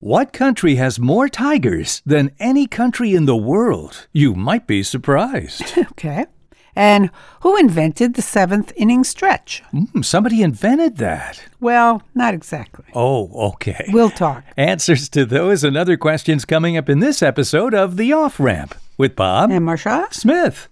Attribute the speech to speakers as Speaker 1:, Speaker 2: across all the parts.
Speaker 1: What country has more tigers than any country in the world? You might be surprised.
Speaker 2: Okay. And who invented the seventh inning stretch?
Speaker 1: Mm, somebody invented that.
Speaker 2: Well, not exactly.
Speaker 1: Oh, okay.
Speaker 2: We'll talk.
Speaker 1: Answers to those and other questions coming up in this episode of The Off Ramp with Bob
Speaker 2: And Marsha?
Speaker 1: Smith.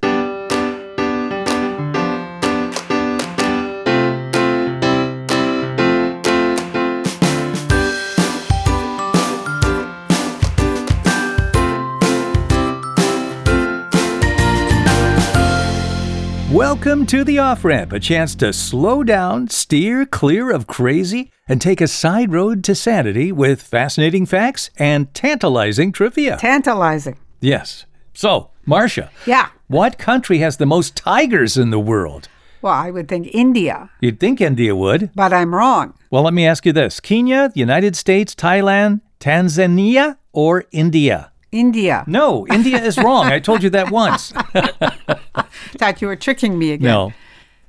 Speaker 1: Welcome to the off ramp, a chance to slow down, steer clear of crazy, and take a side road to sanity with fascinating facts and tantalizing trivia.
Speaker 2: Tantalizing.
Speaker 1: yes. So, Marcia,
Speaker 2: Yeah.
Speaker 1: what country has the most tigers in the world?
Speaker 2: Well, I would think India,
Speaker 1: You'd think India would.
Speaker 2: but I'm wrong.
Speaker 1: Well, let me ask you this Kenya, the United States, Thailand, Tanzania, or India?
Speaker 2: India.
Speaker 1: No, India is wrong. I told you that once.
Speaker 2: Thought you were tricking me again.
Speaker 1: No,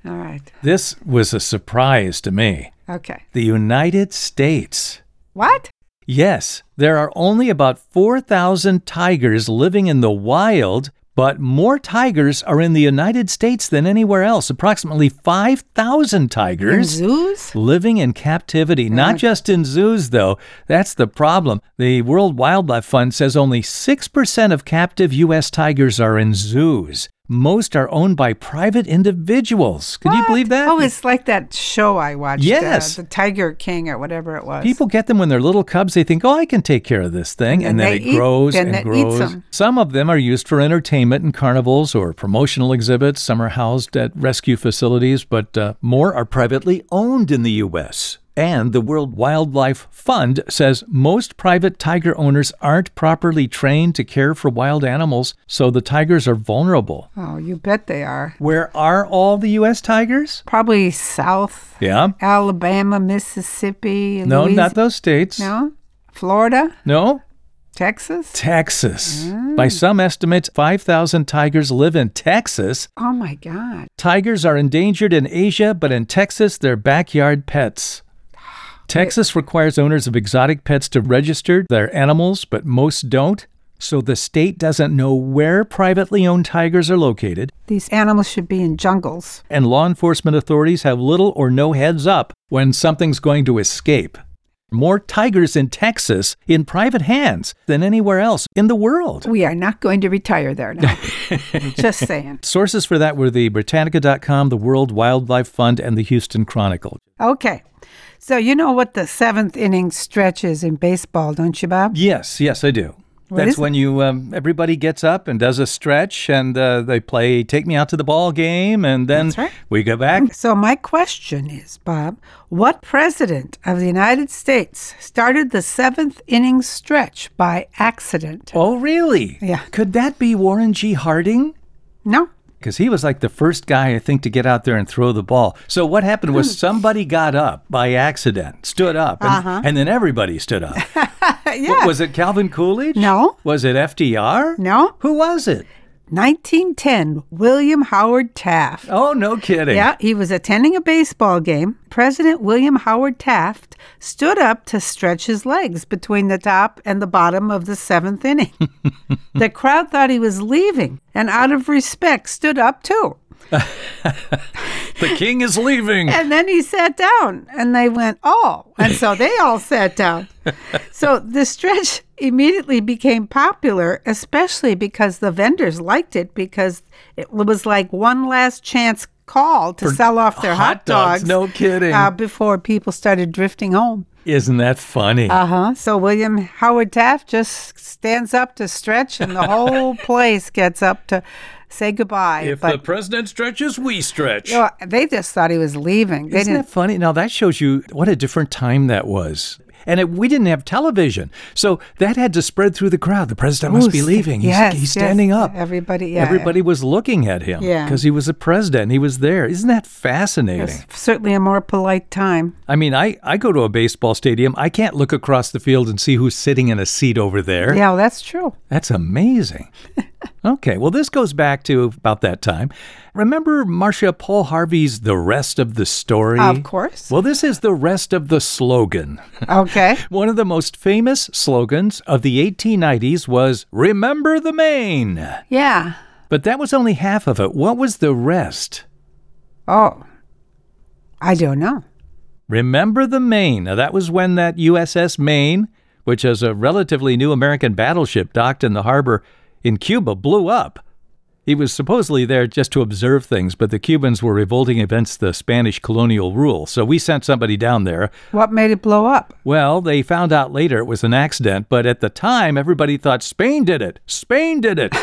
Speaker 2: All right.
Speaker 1: this was a surprise to me.
Speaker 2: Okay.
Speaker 1: The United States.
Speaker 2: What?
Speaker 1: Yes, there are only about 4,000 tigers living in the wild, but more tigers are in the United States than anywhere else. Approximately 5,000
Speaker 2: In
Speaker 1: tigers
Speaker 2: zoos?
Speaker 1: living in captivity, not just in zoos, though. That's the problem. The World Wildlife Fund says only 6% of captive U.S. tigers are in zoos. Most are owned by private individuals. Could you
Speaker 2: What?
Speaker 1: believe that?
Speaker 2: Oh, it's like that show I watched. uh,
Speaker 1: Yes.
Speaker 2: the Tiger King or whatever it was.
Speaker 1: People get them when they're little cubs. They think, oh, I can take care of this thing. And,
Speaker 2: And
Speaker 1: then
Speaker 2: they
Speaker 1: it
Speaker 2: eat-
Speaker 1: grows
Speaker 2: then
Speaker 1: and
Speaker 2: they eat
Speaker 1: grows.
Speaker 2: some.
Speaker 1: Some of them are used for entertainment in carnivals or promotional exhibits. Some are housed at rescue facilities, but uh, more are privately owned in the U.S. And the World Wildlife Fund says most private tiger owners aren't properly trained to care for wild animals, so the tigers are vulnerable.
Speaker 2: Oh, you bet they are.
Speaker 1: Where are all the U.S. tigers?
Speaker 2: Probably South
Speaker 1: Yeah.
Speaker 2: Alabama, Mississippi.
Speaker 1: No,
Speaker 2: Louisi-
Speaker 1: not those states.
Speaker 2: No? Florida,
Speaker 1: No?
Speaker 2: Texas.
Speaker 1: Texas. By some estimates, 5,000 tigers live in Texas.
Speaker 2: Oh my God.
Speaker 1: Tigers are endangered in Asia, but in Texas, they're backyard pets. Texas requires owners of exotic pets to register their animals, but most don't. So the state doesn't know where privately owned tigers are located,
Speaker 2: These animals should be in jungles.
Speaker 1: and law enforcement authorities have little or no heads up when something's going to escape. More tigers in Texas in private hands than anywhere else in the world.
Speaker 2: We are not going to retire there now. Just saying.
Speaker 1: Sources for that were the Britannica.com, the World Wildlife Fund, and the Houston Chronicle.
Speaker 2: Okay. So, you know what the seventh inning stretch is in baseball, don't you, Bob?
Speaker 1: Yes, yes, I do.
Speaker 2: What
Speaker 1: That's
Speaker 2: is it?
Speaker 1: when you um, everybody gets up and does a stretch, and uh, they play "Take Me Out to the Ball Game," and then
Speaker 2: That's right.
Speaker 1: we go back.
Speaker 2: So, my question is, Bob, what president of the United States started the seventh inning stretch by accident?
Speaker 1: Oh, really?
Speaker 2: Yeah.
Speaker 1: Could that be Warren G. Harding?
Speaker 2: No?
Speaker 1: Because he was like the first guy, I think, to get out there and throw the ball. So what happened
Speaker 2: Hmm.
Speaker 1: was somebody got up by accident, stood up, and, and then everybody stood up.
Speaker 2: Uh-huh. yeah.
Speaker 1: Was it Calvin Coolidge?
Speaker 2: No.
Speaker 1: Was it FDR?
Speaker 2: No?
Speaker 1: Who was it?
Speaker 2: 1910, William Howard Taft.
Speaker 1: Oh, no kidding.
Speaker 2: Yeah, he was attending a baseball game. President William Howard Taft stood up to stretch his legs between the top and the bottom of the seventh inning. the crowd thought he was leaving and, out of respect, stood up too.
Speaker 1: The king is leaving.
Speaker 2: And then he sat down and they went, oh. And so they all sat down. So the stretch immediately became popular, especially because the vendors liked it because it was like one last chance call to sell off their hot,
Speaker 1: hot dogs, no kidding.
Speaker 2: Uh, before people started drifting home.
Speaker 1: Isn't that funny?
Speaker 2: Uh huh. So William Howard Taft just stands up to stretch and the whole place gets up to say goodbye. but Oh,
Speaker 1: president stretches, we stretch.
Speaker 2: you know, they just thought he was leaving. They
Speaker 1: Isn't
Speaker 2: didn't
Speaker 1: that funny? Now that shows you what a different time that was. And it, we didn't have television, so that had to spread through the crowd. The president must
Speaker 2: Ooh,
Speaker 1: be
Speaker 2: sta-
Speaker 1: leaving. He's,
Speaker 2: yes,
Speaker 1: he's
Speaker 2: yes.
Speaker 1: standing up.
Speaker 2: Everybody- yeah.
Speaker 1: Everybody was looking at him
Speaker 2: Yeah.
Speaker 1: because he was a president. He was there. Isn't that fascinating?
Speaker 2: It's certainly a more polite time.
Speaker 1: I mean, I, I go to a baseball stadium. I can't look across the field and see who's sitting in a seat over there.
Speaker 2: Yeah, well, that's true.
Speaker 1: That's amazing. Okay, well, this goes back to about that time. Remember Marcia Paul Harvey's The Rest of the Story?
Speaker 2: Of course.
Speaker 1: Well, this is the rest of the slogan.
Speaker 2: Okay.
Speaker 1: One of the most famous slogans of the 1890s was Remember the Maine.
Speaker 2: yeah.
Speaker 1: But that was only half of it. What was the rest?
Speaker 2: Oh, I don't know.
Speaker 1: Remember the Maine. Now, that was when that USS Maine, which is a relatively new American battleship docked in the harbor in Cuba, blew up. He was supposedly there just to observe things, but the Cubans were revolting against the Spanish colonial rule, so we sent somebody down there.
Speaker 2: What made it blow up?
Speaker 1: Well, they found out later it was an accident, but at the time everybody thought Spain did it. Spain did it.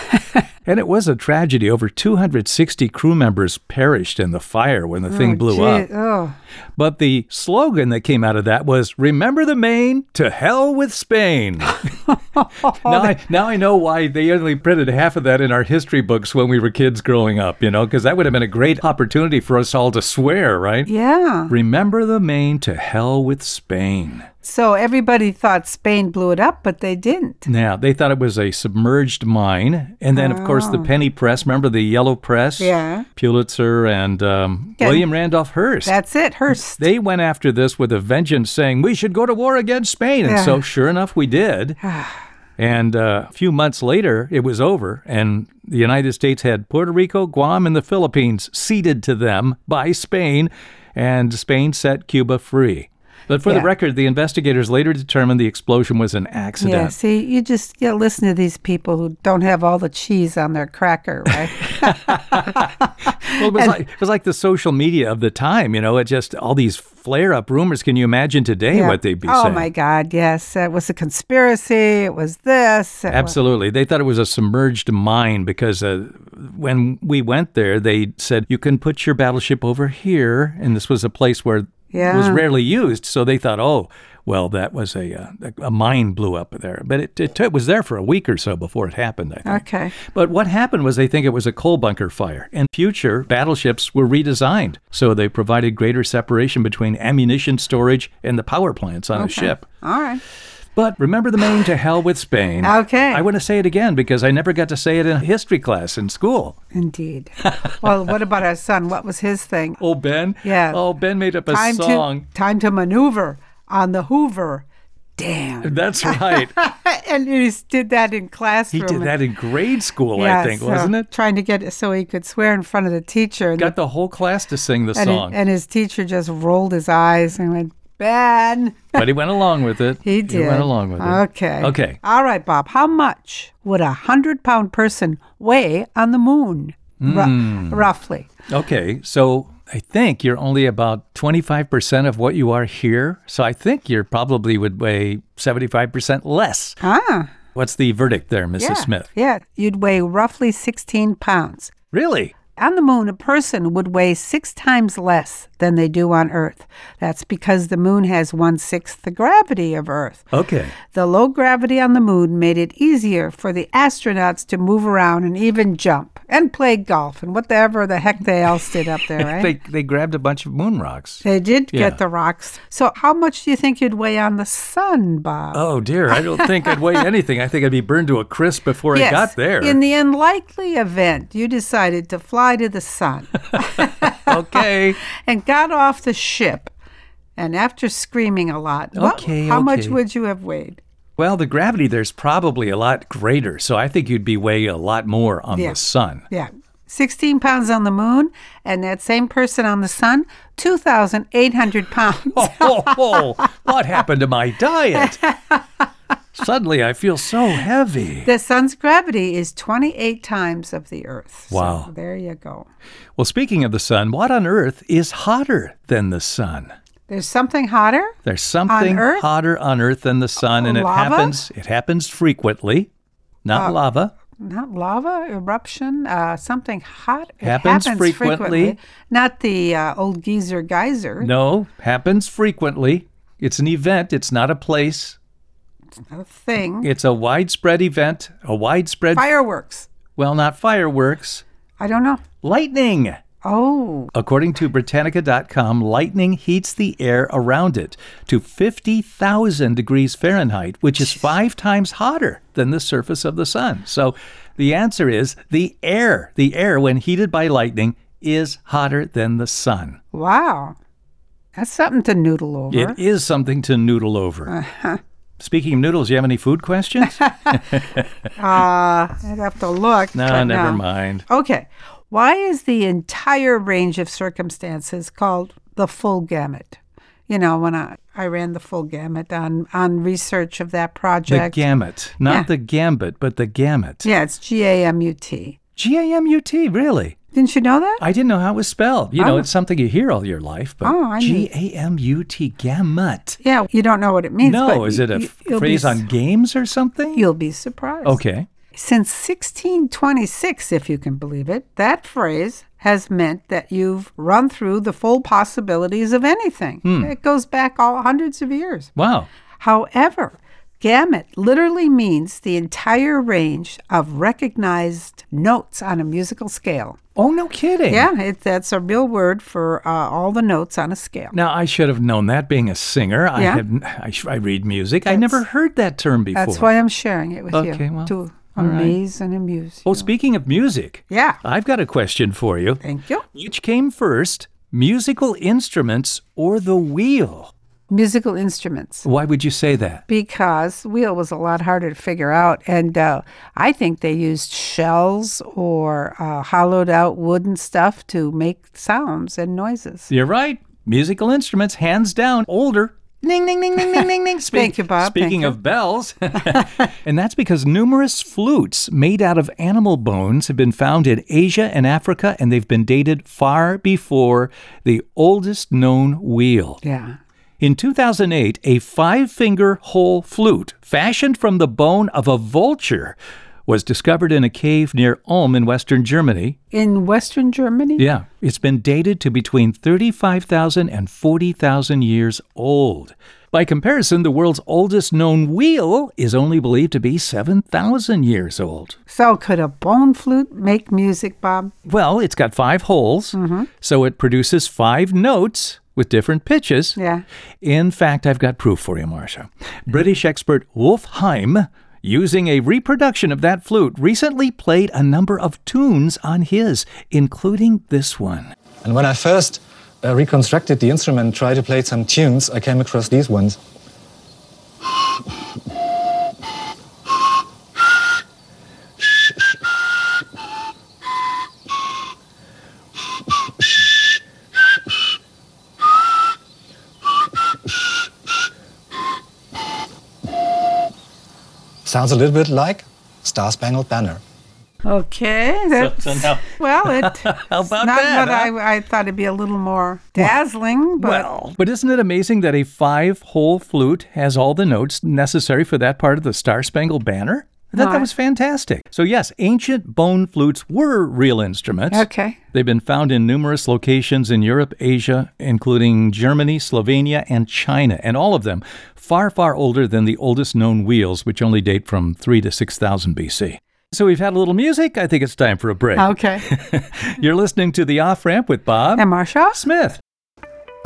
Speaker 1: and it was a tragedy. Over 260 crew members perished in the fire when the thing blew up.
Speaker 2: Gee, Oh,
Speaker 1: But the slogan that came out of that was "Remember the Maine, to hell with Spain." now, I, now I know why they only printed half of that in our history books when we were kids growing up. You know, because that would have been a great opportunity for us all to swear, right?
Speaker 2: yeah.
Speaker 1: Remember the Maine, to hell with Spain.
Speaker 2: So everybody thought Spain blew it up, but they didn't.
Speaker 1: Now they thought it was a submerged mine, and then of course the penny press. Remember the yellow press?
Speaker 2: Oh. Yeah.
Speaker 1: Pulitzer and um,
Speaker 2: Yeah.
Speaker 1: William Randolph Hearst.
Speaker 2: That's it. Hearst.
Speaker 1: They went after this with a vengeance, saying, We should go to war against Spain. And
Speaker 2: Yeah.
Speaker 1: so, sure enough, we did. and uh, a few months later, it was over, and the United States had Puerto Rico, Guam, and the Philippines ceded to them by Spain, and Spain set Cuba free. But for the
Speaker 2: Yeah.
Speaker 1: record, the investigators later determined the explosion was an accident.
Speaker 2: Yeah, see, you just yeah, listen to these people who don't have all the cheese on their cracker, right?
Speaker 1: Well, it was, like, it was like the social media of the time, you know, it just all these flare up rumors. Can you imagine today
Speaker 2: Yeah.
Speaker 1: what they'd be
Speaker 2: oh
Speaker 1: saying?
Speaker 2: my God, yes. It was a conspiracy. It was this. It was-
Speaker 1: Absolutely. They thought it was a submerged mine because uh, when we went there, they said, you can put your battleship over here. And this was a place where it was
Speaker 2: Yeah.
Speaker 1: rarely used. So they thought, oh, well, that was a, uh, a- a mine blew up there. But it, it, it was there for a week or so before it happened, I think.
Speaker 2: okay.
Speaker 1: But what happened was they think it was a coal bunker fire, and future battleships were redesigned. So they provided greater separation between ammunition storage and the power plants on a ship.
Speaker 2: All right.
Speaker 1: But remember the Maine to hell with Spain.
Speaker 2: Okay.
Speaker 1: I want to say it again because I never got to say it in history class in school.
Speaker 2: Indeed. well, what about our son? What was his thing?
Speaker 1: Oh, Ben.
Speaker 2: Yeah.
Speaker 1: Oh, Ben made up a
Speaker 2: Time
Speaker 1: song.
Speaker 2: to time to maneuver on the Hoover. Damn.
Speaker 1: That's right.
Speaker 2: and he just did that in
Speaker 1: He
Speaker 2: classroom.
Speaker 1: did that in grade school, I
Speaker 2: Yeah,
Speaker 1: think,
Speaker 2: so
Speaker 1: wasn't it?
Speaker 2: Trying to get so he could swear in front of the teacher. And,
Speaker 1: Got the whole class to sing the
Speaker 2: and,
Speaker 1: song.
Speaker 2: and his teacher just rolled his eyes and went, Ben.
Speaker 1: but he went along with it.
Speaker 2: He did.
Speaker 1: He went along with it.
Speaker 2: Okay.
Speaker 1: Okay.
Speaker 2: All right, Bob. How much would a hundred pound person weigh on the moon? Ru-
Speaker 1: Hmm.
Speaker 2: roughly.
Speaker 1: Okay, so I think you're only about 25% of what you are here. So I think you probably would weigh 75% less.
Speaker 2: Ah.
Speaker 1: What's the verdict there, Mrs.
Speaker 2: Yeah.
Speaker 1: Smith?
Speaker 2: Yeah. You'd weigh roughly 16 pounds.
Speaker 1: Really?
Speaker 2: On the moon, a person would weigh six times less than they do on Earth. That's because the moon has one sixth the gravity of Earth.
Speaker 1: Okay.
Speaker 2: The low gravity on the moon made it easier for the astronauts to move around and even jump and play golf and whatever the heck they else did up there, right?
Speaker 1: They, they grabbed a bunch of moon rocks.
Speaker 2: They did
Speaker 1: Yeah.
Speaker 2: get the rocks. So, how much do you think you'd weigh on the sun, Bob?
Speaker 1: Oh dear, I don't think I'd weigh anything. I think I'd be burned to a crisp before I got there.
Speaker 2: In the unlikely event you decided to fly to the sun
Speaker 1: okay.
Speaker 2: and got off the ship, and after screaming a lot, what-
Speaker 1: Okay,
Speaker 2: how much
Speaker 1: okay.
Speaker 2: would you have weighed?
Speaker 1: Well, the gravity there's probably a lot greater, so I think you'd be weighing a lot more on
Speaker 2: Yeah.
Speaker 1: the sun.
Speaker 2: Yeah. 16 pounds on the moon, and that same person on the sun, 2,800 pounds.
Speaker 1: Oh, oh, oh, what happened to my diet? Suddenly I feel so heavy.
Speaker 2: The sun's gravity is 28 times of the Earth. So
Speaker 1: Wow.
Speaker 2: there you go.
Speaker 1: Well, speaking of the sun, what on earth is hotter than the sun?
Speaker 2: There's something hotter?
Speaker 1: There's something
Speaker 2: Earth? Uh,
Speaker 1: hotter on earth than the sun, and it
Speaker 2: Lava? Uh,
Speaker 1: happens. It happens frequently. Not lava.
Speaker 2: Not lava, eruption, uh, something hot. It
Speaker 1: Happens frequently.
Speaker 2: Not the uh, old geezer geyser.
Speaker 1: No, happens frequently. It's an event. It's not a place.
Speaker 2: A thing.
Speaker 1: It's a widespread event. A widespread.
Speaker 2: Fireworks.
Speaker 1: well, not fireworks.
Speaker 2: I don't know.
Speaker 1: Lightning.
Speaker 2: Oh.
Speaker 1: According to Britannica.com, lightning heats the air around it to 50,000 degrees Fahrenheit, which is five times hotter than the surface of the sun. So the answer is the air. The air, when heated by lightning, is hotter than the sun.
Speaker 2: Wow. That's something to noodle over.
Speaker 1: It is something to noodle over. Speaking of noodles, you have any food questions?
Speaker 2: Uh, I'd have to look.
Speaker 1: no,
Speaker 2: but
Speaker 1: never mind.
Speaker 2: Okay. Why is the entire range of circumstances called the full gamut? You know, when I, I ran the full gamut on, on research of that
Speaker 1: The
Speaker 2: project.
Speaker 1: gamut. Not
Speaker 2: Yeah.
Speaker 1: the gambit, but the gamut.
Speaker 2: yeah, it's G A M U T.
Speaker 1: G A M U T, really?
Speaker 2: Didn't you know that?
Speaker 1: I didn't know how it was spelled. You know,
Speaker 2: Oh.
Speaker 1: it's something you hear all your life, but
Speaker 2: Oh, I knew-
Speaker 1: G A M U T gamut.
Speaker 2: Yeah, you don't know what it means.
Speaker 1: No,
Speaker 2: but
Speaker 1: is it a
Speaker 2: you-
Speaker 1: f-
Speaker 2: you'll be
Speaker 1: phrase
Speaker 2: s-
Speaker 1: on games or something?
Speaker 2: You'll be surprised.
Speaker 1: Okay.
Speaker 2: Since 1626, if you can believe it, that phrase has meant that you've run through the full possibilities of anything.
Speaker 1: Hmm.
Speaker 2: It goes back all hundreds of years.
Speaker 1: Wow.
Speaker 2: However, gamut literally means the entire range of recognized notes on a musical scale.
Speaker 1: Oh, no kidding.
Speaker 2: Yeah, it, that's a real word for uh, all the notes on a scale.
Speaker 1: Now, I should have known that being a singer. I,
Speaker 2: Yeah.
Speaker 1: have, n- I, sh- I read music. I never heard that term before.
Speaker 2: That's why I'm sharing it with
Speaker 1: Okay,
Speaker 2: you
Speaker 1: well,
Speaker 2: to amaze and amuse.
Speaker 1: well, Oh, speaking of music,
Speaker 2: Yeah,
Speaker 1: I've got a question for you.
Speaker 2: thank you.
Speaker 1: Which came first, musical instruments or the wheel?
Speaker 2: Musical instruments.
Speaker 1: Why would you say that?
Speaker 2: because wheel was a lot harder to figure out and uh, i think they used shells or uh, hollowed out wood and stuff to make sounds and noises
Speaker 1: You're right. Musical instruments, hands down, older. Ding, ding, ding, ding, ding, ding, ding. Speak-
Speaker 2: Thank you, Bob.
Speaker 1: Speaking
Speaker 2: Thank
Speaker 1: of bells. and that's because numerous flutes made out of animal bones have been found in Asia and Africa, and they've been dated far before the oldest known wheel.
Speaker 2: yeah
Speaker 1: In 2008, a five finger whole flute fashioned from the bone of a vulture was discovered in a cave near Ulm in western Germany.
Speaker 2: in western germany
Speaker 1: Yeah, it's been dated to between 35,000 and 40,000 years old. By comparison, the world's oldest known wheel is only believed to be 7,000 years old.
Speaker 2: so could a bone flute make music bob
Speaker 1: Well, it's got five holes, so it produces five notes with different pitches.
Speaker 2: yeah
Speaker 1: In fact, I've got proof for you, Marcia. British expert Wolf Heim, using a reproduction of that flute, recently played a number of tunes on his, including this one.
Speaker 3: And when I first uh, reconstructed the instrument, tried to play some tunes, I came across these ones. Sounds a little bit like Star Spangled Banner.
Speaker 2: okay that's,
Speaker 1: so now-
Speaker 2: well it how
Speaker 1: about
Speaker 2: not
Speaker 1: that,
Speaker 2: what I, I thought it'd be a little more dazzling but
Speaker 1: But isn't it amazing that a five hole flute has all the notes necessary for that part of the Star Spangled Banner? I thought that
Speaker 2: Right.
Speaker 1: was fantastic. So, yes, ancient bone flutes were real instruments.
Speaker 2: okay
Speaker 1: They've been found in numerous locations in Europe, Asia, including Germany, Slovenia, and China, and all of them far, far older than the oldest known wheels, which only date from 3 to 6000 BC. So, we've had a little music. I think it's time for a break.
Speaker 2: okay
Speaker 1: You're listening to The Off Ramp with Bob
Speaker 2: and marsha
Speaker 1: Smith.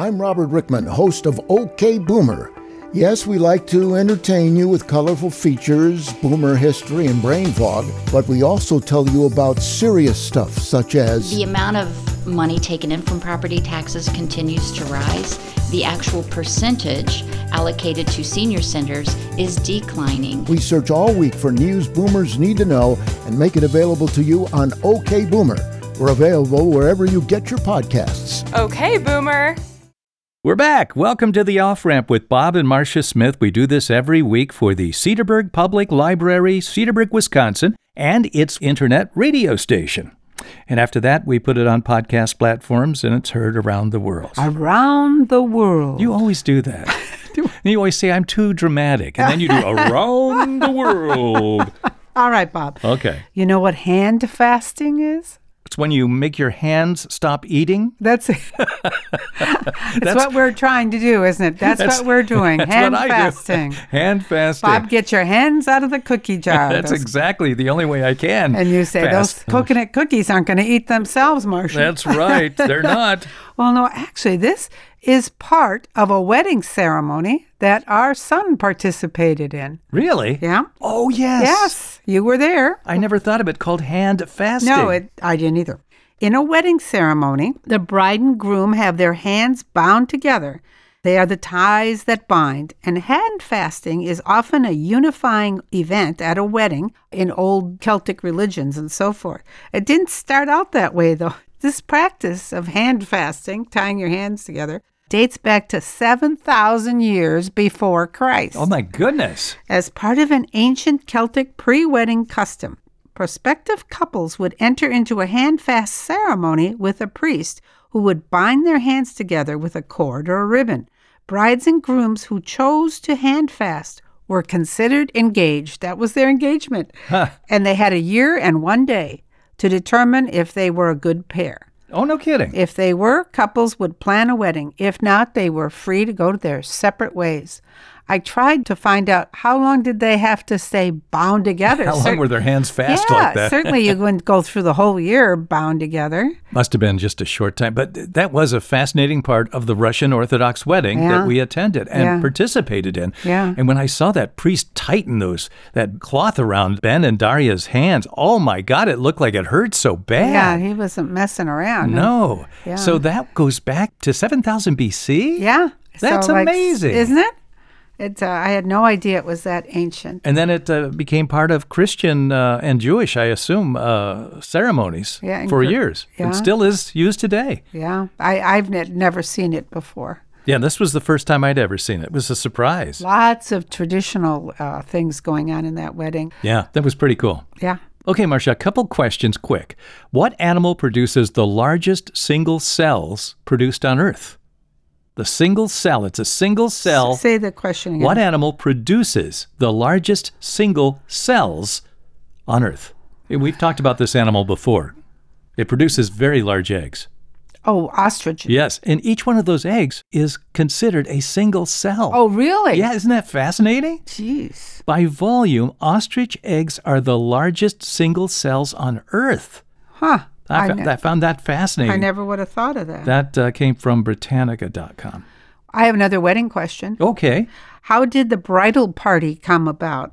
Speaker 4: I'm Robert Rickman, host of OK Boomer. Yes, we like to entertain you with colorful features, boomer history, and brain fog, but we also tell you about serious stuff such as
Speaker 5: The amount of money taken in from property taxes continues to rise. The actual percentage allocated to senior centers is declining.
Speaker 4: we search all week for news boomers need to know and make it available to you on OK Boomer. We're available wherever you get your podcasts.
Speaker 6: Okay, Boomer.
Speaker 1: We're back. Welcome to the Off Ramp with Bob and Marcia Smith. We do this every week for the Cedarburg Public Library, Cedarburg, Wisconsin, and its internet radio station. And after that, we put it on podcast platforms and it's heard around the world.
Speaker 2: around the world
Speaker 1: You always do that. you always say, I'm too dramatic. And then you do around the world.
Speaker 2: all right bob
Speaker 1: Okay.
Speaker 2: You know what hand fasting is?
Speaker 1: It's when you make your hands stop eating.
Speaker 2: That's it. that's, what we're trying to do, isn't it? That's,
Speaker 1: That's-
Speaker 2: what we're doing.
Speaker 1: That's
Speaker 2: Hand
Speaker 1: what I
Speaker 2: fasting.
Speaker 1: do. Hand fasting.
Speaker 2: Bob, get your hands out of the cookie jar.
Speaker 1: That's
Speaker 2: Those-
Speaker 1: exactly the only way I can.
Speaker 2: and you say
Speaker 1: fast.
Speaker 2: those coconut cookies aren't going to eat themselves, Marshall.
Speaker 1: That's right. They're not.
Speaker 2: Well, no, actually, this is part of a wedding ceremony that our son participated in.
Speaker 1: Really?
Speaker 2: Yeah.
Speaker 1: Oh yes.
Speaker 2: Yes, you were there.
Speaker 1: I never thought of it called hand fasting.
Speaker 2: No, it, I didn't either. In a wedding ceremony, the bride and groom have their hands bound together. They are the ties that bind, and hand fasting is often a unifying event at a wedding in old Celtic religions and so forth. It didn't start out that way, though. This practice of hand fasting, tying your hands together, dates back to 7,000 years before Christ
Speaker 1: Oh my goodness.
Speaker 2: as part of an ancient Celtic pre wedding custom. Prospective couples would enter into a handfast ceremony with a priest who would bind their hands together with a cord or a ribbon. Brides and grooms who chose to handfast were considered engaged. That was their engagement. And they had a year and one day to determine if they were a good pair.
Speaker 1: Oh no kidding.
Speaker 2: If they were, couples would plan a wedding. If not, they were free to go their separate ways. I tried to find out how long did they have to stay bound together.
Speaker 1: How long
Speaker 2: Cer-
Speaker 1: were their hands fast
Speaker 2: yeah,
Speaker 1: like that?
Speaker 2: certainly you wouldn't go through the whole year bound together.
Speaker 1: Must have been just a short time, but th- that was a fascinating part of the Russian Orthodox wedding
Speaker 2: Yeah.
Speaker 1: that we attended and
Speaker 2: Yeah.
Speaker 1: participated in.
Speaker 2: Yeah.
Speaker 1: And when I saw that priest tighten those that cloth around Ben and Daria's hands, oh my God, it looked like it hurt so
Speaker 2: Yeah,
Speaker 1: bad.
Speaker 2: he wasn't messing around.
Speaker 1: no.
Speaker 2: Yeah.
Speaker 1: So that goes back to 7000 BC?
Speaker 2: Yeah.
Speaker 1: That's
Speaker 2: So, like,
Speaker 1: amazing.
Speaker 2: isn't it? It's, uh, I had no idea it was that ancient.
Speaker 1: And then it uh, became part of Christian uh, and Jewish, I assume, uh, ceremonies
Speaker 2: Yeah, and
Speaker 1: for
Speaker 2: cr-
Speaker 1: years.
Speaker 2: yeah.
Speaker 1: It still is used today.
Speaker 2: Yeah. I, I've ne- never seen it before.
Speaker 1: Yeah, this was the first time I'd ever seen it. It was a surprise.
Speaker 2: Lots of traditional uh, things going on in that wedding.
Speaker 1: Yeah, that was pretty cool.
Speaker 2: Yeah.
Speaker 1: Okay, Marcia, a couple questions quick. What animal produces the largest single cells produced on Earth? The single cell, it's a single cell.
Speaker 2: Say the question again.
Speaker 1: What animal produces the largest single cells on Earth? Eh, We've talked about this animal before. It produces very large eggs.
Speaker 2: Oh, ostrich.
Speaker 1: Yes, and each one of those eggs is considered a single cell.
Speaker 2: Oh, really?
Speaker 1: yeah, isn't that fascinating?
Speaker 2: Jeez.
Speaker 1: By volume, ostrich eggs are the largest single cells on Earth.
Speaker 2: Huh.
Speaker 1: I,
Speaker 2: I
Speaker 1: fo-
Speaker 2: ne-
Speaker 1: I found that
Speaker 2: I
Speaker 1: fascinating.
Speaker 2: never would have thought of that.
Speaker 1: that uh, came from Britannica.com.
Speaker 2: I have another wedding question.
Speaker 1: Okay,
Speaker 2: How did the bridal party come about?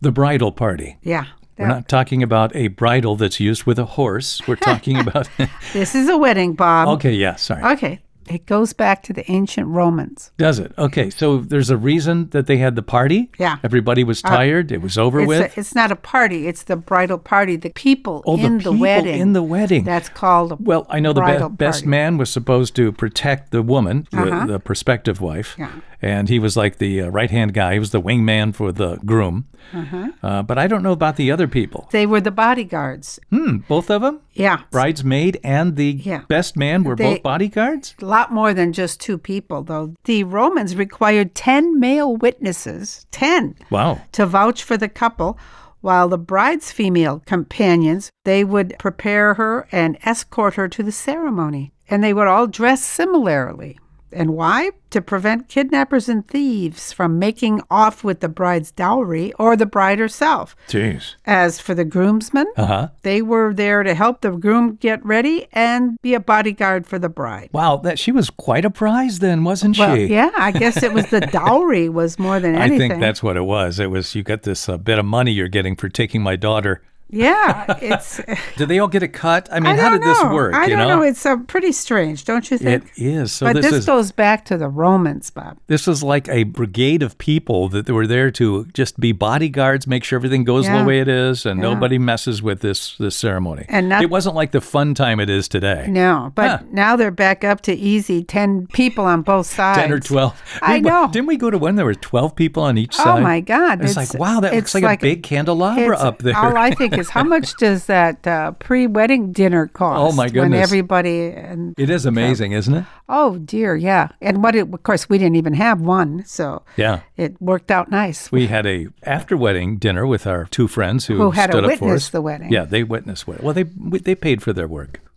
Speaker 1: the bridal party.
Speaker 2: Yeah.
Speaker 1: We're not talking about a bridle that's used with a horse. We're talking about.
Speaker 2: This is a wedding, Bob.
Speaker 1: okay, yeah, sorry.
Speaker 2: Okay. It goes back to the ancient Romans.
Speaker 1: Does it? Okay, so there's a reason that they had the party.
Speaker 2: Yeah. Uh,
Speaker 1: Everybody was tired. it was over
Speaker 2: It's,
Speaker 1: with.
Speaker 2: a, it's not a party, it's the bridal party, the people
Speaker 1: Oh, the
Speaker 2: in
Speaker 1: people
Speaker 2: wedding.
Speaker 1: in the wedding.
Speaker 2: That's called a
Speaker 1: Well, I know the
Speaker 2: bridal
Speaker 1: be- best
Speaker 2: party.
Speaker 1: man was supposed to protect the woman, the,
Speaker 2: Uh-huh.
Speaker 1: the prospective wife,
Speaker 2: Yeah.
Speaker 1: and he was like the uh, right hand guy. He was the wingman for the groom.
Speaker 2: Uh-huh.
Speaker 1: Uh, but I don't know about the other people.
Speaker 2: They were the bodyguards.
Speaker 1: Hmm, both of them,
Speaker 2: Yeah.
Speaker 1: bridesmaid and the
Speaker 2: Yeah.
Speaker 1: best man, were
Speaker 2: They-
Speaker 1: both bodyguards.
Speaker 2: a lot more than just two people, though. The Romans required 10 male witnesses, 10,
Speaker 1: Wow.
Speaker 2: to vouch for the couple, while the bride's female companions, they would prepare her and escort her to the ceremony. And they would all dress similarly. And why? To prevent kidnappers and thieves from making off with the bride's dowry or the bride herself.
Speaker 1: Jeez.
Speaker 2: As for the groomsmen,
Speaker 1: Uh huh.
Speaker 2: they were there to help the groom get ready and be a bodyguard for the bride.
Speaker 1: Wow. That she was quite a prize then, wasn't
Speaker 2: Well,
Speaker 1: she?
Speaker 2: yeah, I guess it was the dowry was more than
Speaker 1: I
Speaker 2: anything.
Speaker 1: think that's what it was. It was you got this uh, bit of money you're getting for taking my daughter.
Speaker 2: yeah. It's.
Speaker 1: Did they all get a cut? I mean,
Speaker 2: I
Speaker 1: how
Speaker 2: don't
Speaker 1: did this
Speaker 2: know.
Speaker 1: work?
Speaker 2: I
Speaker 1: you
Speaker 2: don't
Speaker 1: know,
Speaker 2: know. It's uh, pretty strange, don't you
Speaker 1: it
Speaker 2: think?
Speaker 1: is. So
Speaker 2: but
Speaker 1: this,
Speaker 2: this,
Speaker 1: is
Speaker 2: goes back to the Romans, Bob.
Speaker 1: This was like a brigade of people that were there to just be bodyguards, make sure everything goes
Speaker 2: Yeah.
Speaker 1: the way it is, and nobody messes with this this ceremony.
Speaker 2: And not-
Speaker 1: it wasn't like the fun time it is today.
Speaker 2: No, but
Speaker 1: Huh.
Speaker 2: now they're back up to easy ten people on both sides.
Speaker 1: Ten or twelve.
Speaker 2: I
Speaker 1: We-
Speaker 2: know.
Speaker 1: Didn't we go to one there were twelve people on each
Speaker 2: Oh
Speaker 1: side?
Speaker 2: my God!
Speaker 1: It's, like wow, that
Speaker 2: it's
Speaker 1: looks like, a big candelabra
Speaker 2: it's-
Speaker 1: up there.
Speaker 2: All I think is how much does that uh, pre-wedding dinner cost?
Speaker 1: Oh, my
Speaker 2: When
Speaker 1: goodness.
Speaker 2: everybody and
Speaker 1: It is amazing, isn't it?
Speaker 2: oh dear, yeah. And what? It, of course, we didn't even have one, so
Speaker 1: Yeah.
Speaker 2: it worked out nice.
Speaker 1: We had a after wedding dinner with our two friends who,
Speaker 2: Who had a
Speaker 1: stood up for
Speaker 2: witness
Speaker 1: us.
Speaker 2: the wedding.
Speaker 1: Yeah, they witnessed what. Well, they they paid for their work.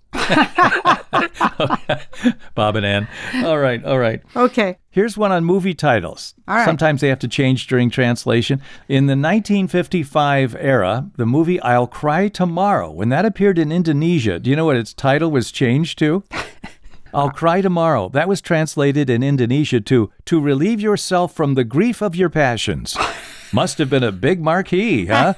Speaker 1: Bob and Ann. All right, all right.
Speaker 2: Okay.
Speaker 1: Here's one on movie titles.
Speaker 2: All right.
Speaker 1: Sometimes they have to change during translation. In the 1955 era, the movie I'll Cry Tomorrow, when that appeared in Indonesia, do you know what its title was changed to? I'll Cry Tomorrow. That was translated in Indonesia to To Relieve Yourself from the Grief of Your Passions. Must have been a big marquee, huh?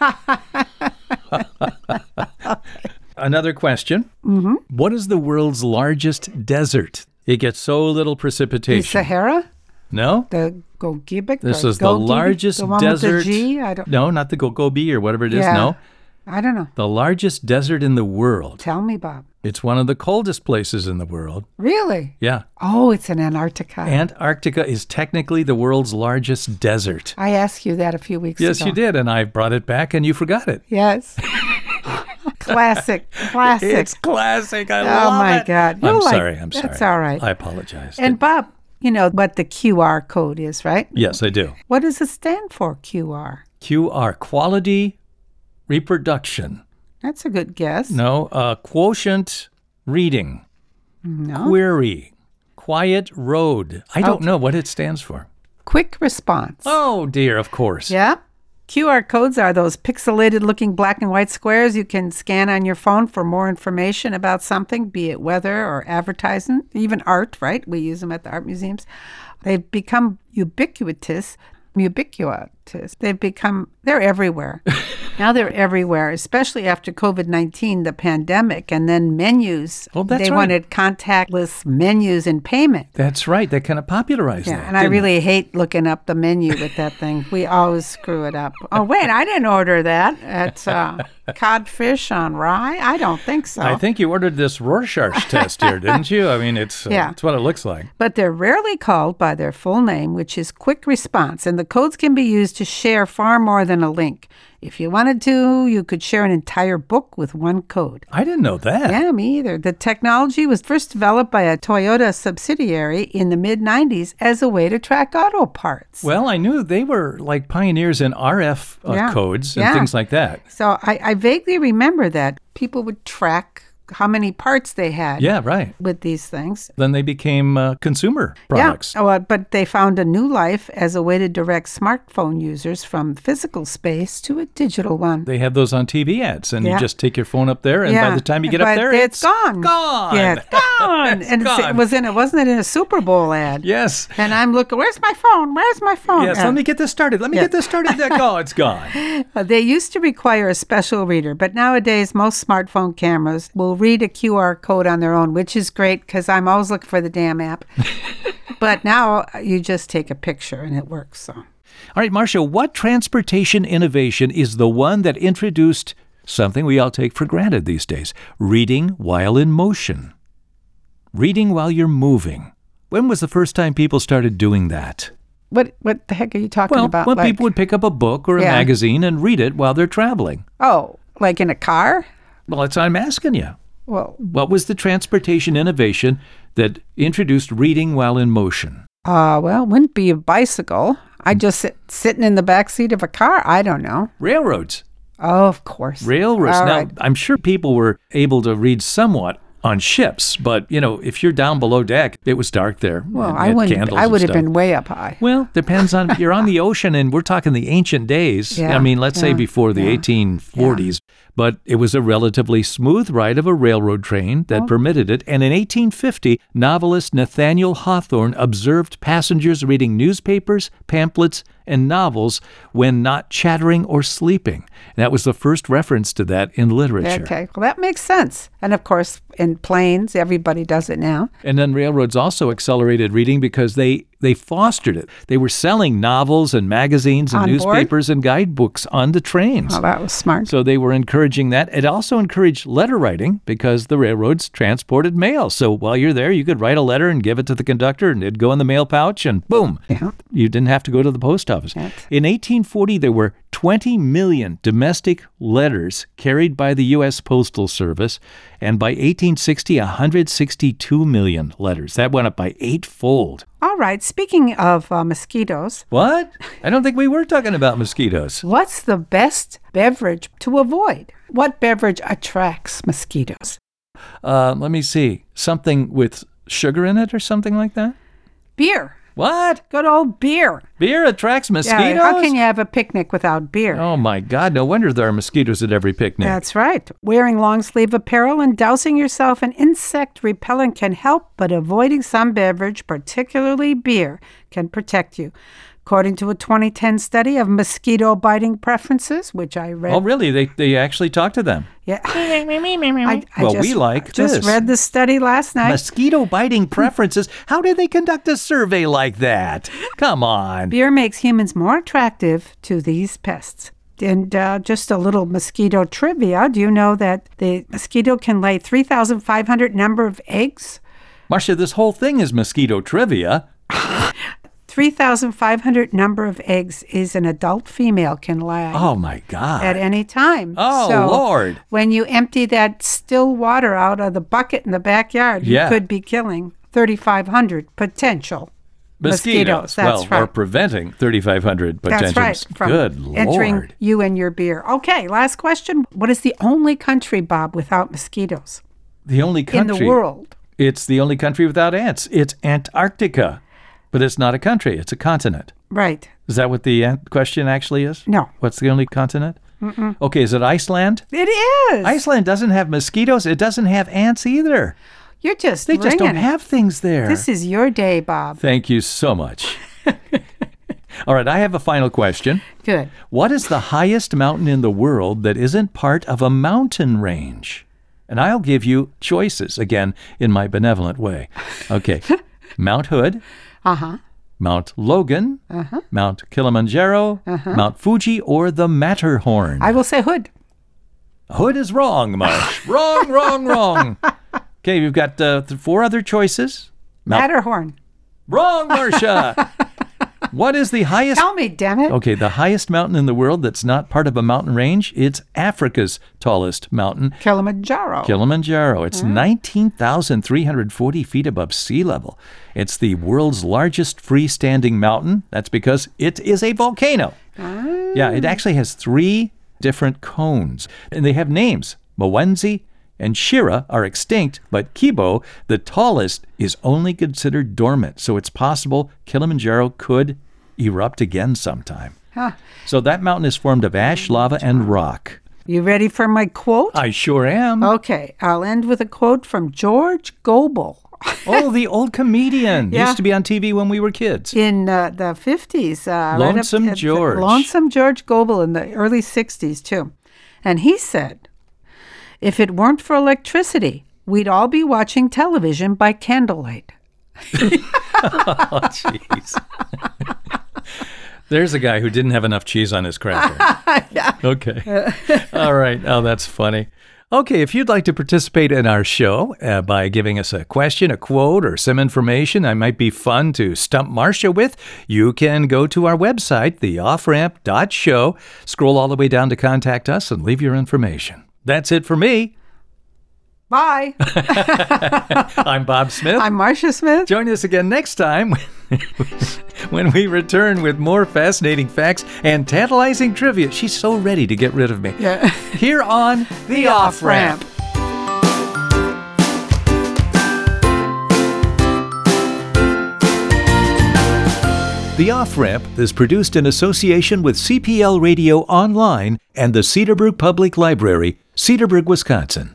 Speaker 1: Another question. Mm-hmm. is the world's largest desert? It gets so little
Speaker 2: The
Speaker 1: precipitation.
Speaker 2: Sahara,
Speaker 1: No?
Speaker 2: the Gogibic.
Speaker 1: This
Speaker 2: or
Speaker 1: is the
Speaker 2: Gogi,
Speaker 1: largest
Speaker 2: the one
Speaker 1: desert.
Speaker 2: With the G? I don't.
Speaker 1: No, not the Gogobi or whatever it is.
Speaker 2: Yeah.
Speaker 1: No,
Speaker 2: I don't know.
Speaker 1: the largest desert in the world.
Speaker 2: Tell me, Bob.
Speaker 1: It's one of the coldest places in the world.
Speaker 2: Really?
Speaker 1: Yeah,
Speaker 2: Oh, it's in Antarctica.
Speaker 1: Antarctica is technically the world's largest desert.
Speaker 2: I asked you that a few weeks
Speaker 1: Yes,
Speaker 2: ago.
Speaker 1: you did, and I brought it back, and you forgot it.
Speaker 2: Yes. classic, classic.
Speaker 1: It's classic. I
Speaker 2: oh
Speaker 1: love
Speaker 2: my
Speaker 1: it.
Speaker 2: God!
Speaker 1: I'm
Speaker 2: You'll like-
Speaker 1: sorry. I'm sorry.
Speaker 2: That's all right.
Speaker 1: I apologize.
Speaker 2: and Bob, you know what the QR code is, right?
Speaker 1: yes, I do.
Speaker 2: What does it stand for? QR.
Speaker 1: QR quality reproduction.
Speaker 2: That's a good guess.
Speaker 1: No, uh, quotient reading.
Speaker 2: No. Oh.
Speaker 1: Query. Quiet Road. I don't know what it stands for.
Speaker 2: Quick response.
Speaker 1: Oh dear, of course.
Speaker 2: Yeah. QR codes are those pixelated looking black and white squares you can scan on your phone for more information about something, be it weather or advertising, even art, right? We use them at the art museums. They've become ubiquitous, ubiquitous. They've become, they're everywhere. now they're everywhere, especially after COVID 19, the pandemic, and then menus.
Speaker 1: Oh, that's
Speaker 2: they
Speaker 1: right.
Speaker 2: wanted contactless menus and payment.
Speaker 1: That's right. That kind of popularized
Speaker 2: Yeah,
Speaker 1: that.
Speaker 2: and I
Speaker 1: didn't it?
Speaker 2: really hate looking up the menu with that thing. We always screw it up. Oh wait, I didn't order that. It's uh, codfish on rye. I don't think so.
Speaker 1: I think you ordered this Rorschach test here, didn't you? I mean, it's uh,
Speaker 2: Yeah.
Speaker 1: it's what it looks like.
Speaker 2: but they're rarely called by their full name, which is quick response, and the codes can be used to share far more than a link. If you wanted to, you could share an entire book with one code.
Speaker 1: I didn't know that.
Speaker 2: Yeah, me either. The technology was first developed by a Toyota subsidiary in the mid 90s as a way to track auto parts.
Speaker 1: Well, I knew they were like pioneers in RF uh,
Speaker 2: Yeah.
Speaker 1: codes and
Speaker 2: Yeah.
Speaker 1: things like that.
Speaker 2: So I, I vaguely remember that people would track how many parts they had
Speaker 1: Yeah, right.
Speaker 2: with these things.
Speaker 1: Then they became uh, consumer products.
Speaker 2: Yeah. Oh, uh, but they found a new life as a way to direct smartphone users from physical space to a digital one.
Speaker 1: They have those on TV ads, and you
Speaker 2: Yeah.
Speaker 1: just take your phone up there, and
Speaker 2: yeah.
Speaker 1: by the time you get
Speaker 2: But
Speaker 1: up there,
Speaker 2: it's gone.
Speaker 1: Gone.
Speaker 2: Yeah, it's gone.
Speaker 1: It's
Speaker 2: and it's-
Speaker 1: gone.
Speaker 2: it was in it wasn't it in a Super Bowl ad?
Speaker 1: Yes.
Speaker 2: And I'm looking, where's my phone? Where's my phone?
Speaker 1: Yes.
Speaker 2: Uh,
Speaker 1: Let me get this started. Let me
Speaker 2: Yeah.
Speaker 1: get this started. oh, it's gone.
Speaker 2: Uh, They used to require a special reader, but nowadays most smartphone cameras will read a QR code on their own, which is great because I'm always looking for the damn app. but now uh, you just take a picture and it works. So
Speaker 1: All right, Marcia, what transportation innovation is the one that introduced something we all take for granted these days reading while in motion? Reading while you're moving. When was the first time people started doing that?
Speaker 2: what what the heck are you talking
Speaker 1: Well,
Speaker 2: about?
Speaker 1: when
Speaker 2: Like-
Speaker 1: people would pick up a book or a
Speaker 2: Yeah.
Speaker 1: magazine and read it while they're traveling.
Speaker 2: oh, like in a car?
Speaker 1: Well, that's what I'm asking you.
Speaker 2: Well,
Speaker 1: What was the transportation innovation that introduced reading while in motion?
Speaker 2: uh, well, it wouldn't be a bicycle. I
Speaker 1: Hmm.
Speaker 2: just sit, sitting in the back seat of a car. I don't know.
Speaker 1: Railroads.
Speaker 2: Oh, of course.
Speaker 1: Railroads.
Speaker 2: All
Speaker 1: now,
Speaker 2: right.
Speaker 1: I'm sure people were able to read somewhat on ships, but you know, if you're down below deck, it was dark there.
Speaker 2: Well,
Speaker 1: and
Speaker 2: I
Speaker 1: they had
Speaker 2: wouldn't.
Speaker 1: candles
Speaker 2: I
Speaker 1: and
Speaker 2: would have
Speaker 1: stuff.
Speaker 2: been way up high.
Speaker 1: Well, depends on you're on the ocean, and we're talking the ancient days.
Speaker 2: Yeah,
Speaker 1: I mean, let's say
Speaker 2: yeah,
Speaker 1: before the
Speaker 2: yeah,
Speaker 1: 1840s, but it was a relatively smooth ride of a railroad train
Speaker 2: Oh.
Speaker 1: that permitted it. And in 1850, novelist Nathaniel Hawthorne observed passengers reading newspapers, pamphlets, and novels when not chattering or sleeping. That was the first reference to that in literature.
Speaker 2: Okay, well, that makes sense. And of course, in planes, everybody does it now.
Speaker 1: And then railroads also accelerated reading because they, they fostered it. They were selling novels and magazines and
Speaker 2: On board?
Speaker 1: newspapers and guidebooks on the trains.
Speaker 2: Oh, that was smart.
Speaker 1: So they were encouraging that. It also encouraged letter writing because the railroads transported mail. So while you're there, you could write a letter and give it to the conductor, and it'd go in the mail pouch, and boom,
Speaker 2: Yeah.
Speaker 1: you didn't have to go to the post office. In 1840, there were 20 million domestic letters carried by the U.S. Postal Service, and by 1860, 162 million letters. That went up by eightfold.
Speaker 2: All right, speaking of uh, mosquitoes,
Speaker 1: What? I don't think we were talking about mosquitoes.
Speaker 2: what's the best beverage to avoid? What beverage attracts mosquitoes?
Speaker 1: Uh, let me see. Something with sugar in it or something like that?
Speaker 2: Beer.
Speaker 1: What?
Speaker 2: Good old beer.
Speaker 1: Beer attracts mosquitoes?
Speaker 2: Yeah, how can you have a picnic without beer?
Speaker 1: Oh my God, no wonder there are mosquitoes at every picnic.
Speaker 2: That's right. Wearing long sleeve apparel and dousing yourself in insect repellent can help, but avoiding some beverage, particularly beer, can protect you. According to a 2010 study of mosquito biting preferences, which I read,
Speaker 1: oh, really? They, they actually talk to them.
Speaker 2: yeah, I, I
Speaker 1: Well,
Speaker 2: just,
Speaker 1: we like
Speaker 2: just
Speaker 1: this.
Speaker 2: read the study last night.
Speaker 1: Mosquito biting preferences? How do they conduct a survey like that? Come on.
Speaker 2: Beer makes humans more attractive to these pests. And uh, just a little mosquito trivia. Do you know that the mosquito can lay 3,500 number of eggs?
Speaker 1: Marcia, this whole thing is mosquito trivia.
Speaker 2: 3,500 number of eggs is an adult female can lay
Speaker 1: Oh my
Speaker 2: at
Speaker 1: God.
Speaker 2: any time.
Speaker 1: Oh,
Speaker 2: so
Speaker 1: Lord.
Speaker 2: When you empty that still water out of the bucket in the backyard,
Speaker 1: Yeah.
Speaker 2: you could be killing 3,500 potential mosquitoes, that's
Speaker 1: well, or
Speaker 2: right.
Speaker 1: preventing 3,500 potentials.
Speaker 2: That's right. From
Speaker 1: Good
Speaker 2: entering
Speaker 1: Lord.
Speaker 2: you and your beer. Okay, last question. What is the only country, Bob, without mosquitoes
Speaker 1: The only country.
Speaker 2: in the world?
Speaker 1: It's the only country without ants. It's Antarctica. But it's not a country, it's a continent.
Speaker 2: Right.
Speaker 1: Is that what the an- question actually is?
Speaker 2: No.
Speaker 1: What's the only continent? Mm-mm. Okay, is it Iceland?
Speaker 2: It is.
Speaker 1: Iceland doesn't have mosquitoes. It doesn't have ants either.
Speaker 2: You're just
Speaker 1: They just don't
Speaker 2: ringing it.
Speaker 1: have things there.
Speaker 2: This is your day, Bob.
Speaker 1: Thank you so much. All right, I have a final question.
Speaker 2: Good.
Speaker 1: What is the highest mountain in the world that isn't part of a mountain range? And I'll give you choices again in my benevolent way. Okay. Mount Hood,
Speaker 2: Uh-huh.
Speaker 1: Mount Logan, Mount Kilimanjaro, Mount Fuji, or the Matterhorn.
Speaker 2: Uh-huh. I will say hood.
Speaker 1: Hood is wrong, Marsh. wrong, wrong, wrong. Okay, you've got uh, th- four other choices. Mount-
Speaker 2: Matterhorn.
Speaker 1: Wrong, Marcia. what is the highest?
Speaker 2: Tell me, damn it.
Speaker 1: Okay, the highest mountain in the world that's not part of a mountain range. It's Africa's tallest mountain,
Speaker 2: Kilimanjaro.
Speaker 1: Kilimanjaro. It's 19,340 feet above sea level. It's the world's largest freestanding mountain. That's because it is a volcano. Yeah, it actually has three different cones, and they have names. Mwenzi and Shira are extinct, but Kibo, the tallest, is only considered dormant. So it's possible Kilimanjaro could erupt again sometime. So that mountain is formed of ash, lava, and rock.
Speaker 2: you ready for my quote?
Speaker 1: I sure am.
Speaker 2: okay, I'll end with a quote from George Goebel.
Speaker 1: Oh, the old comedian.
Speaker 2: Yeah.
Speaker 1: Used to be on TV when we were kids.
Speaker 2: in uh, the 50s. Uh, right up
Speaker 1: Lonesome
Speaker 2: at the-
Speaker 1: George.
Speaker 2: Lonesome George Goebel in the early 60s, too. And he said, if it weren't for electricity, we'd all be watching television by candlelight.
Speaker 1: Oh, jeez. There's a guy who didn't have enough cheese on his cracker. Okay. All right. Oh, that's funny. Okay, if you'd like to participate in our show uh, by giving us a question, a quote, or some information that might be fun to stump Marcia with, you can go to our website, theofframp.show, scroll all the way down to contact us, and leave your information. That's it for me.
Speaker 2: Bye.
Speaker 1: I'm Bob Smith.
Speaker 2: I'm Marcia Smith.
Speaker 1: Join us again next time when- when we return with more fascinating facts and tantalizing trivia. She's so ready to get rid of me.
Speaker 2: Yeah.
Speaker 1: Here on The, Off Ramp. The Off Ramp is produced in association with CPL Radio Online and the Cedarbrook Public Library, Cedarbrook, Wisconsin.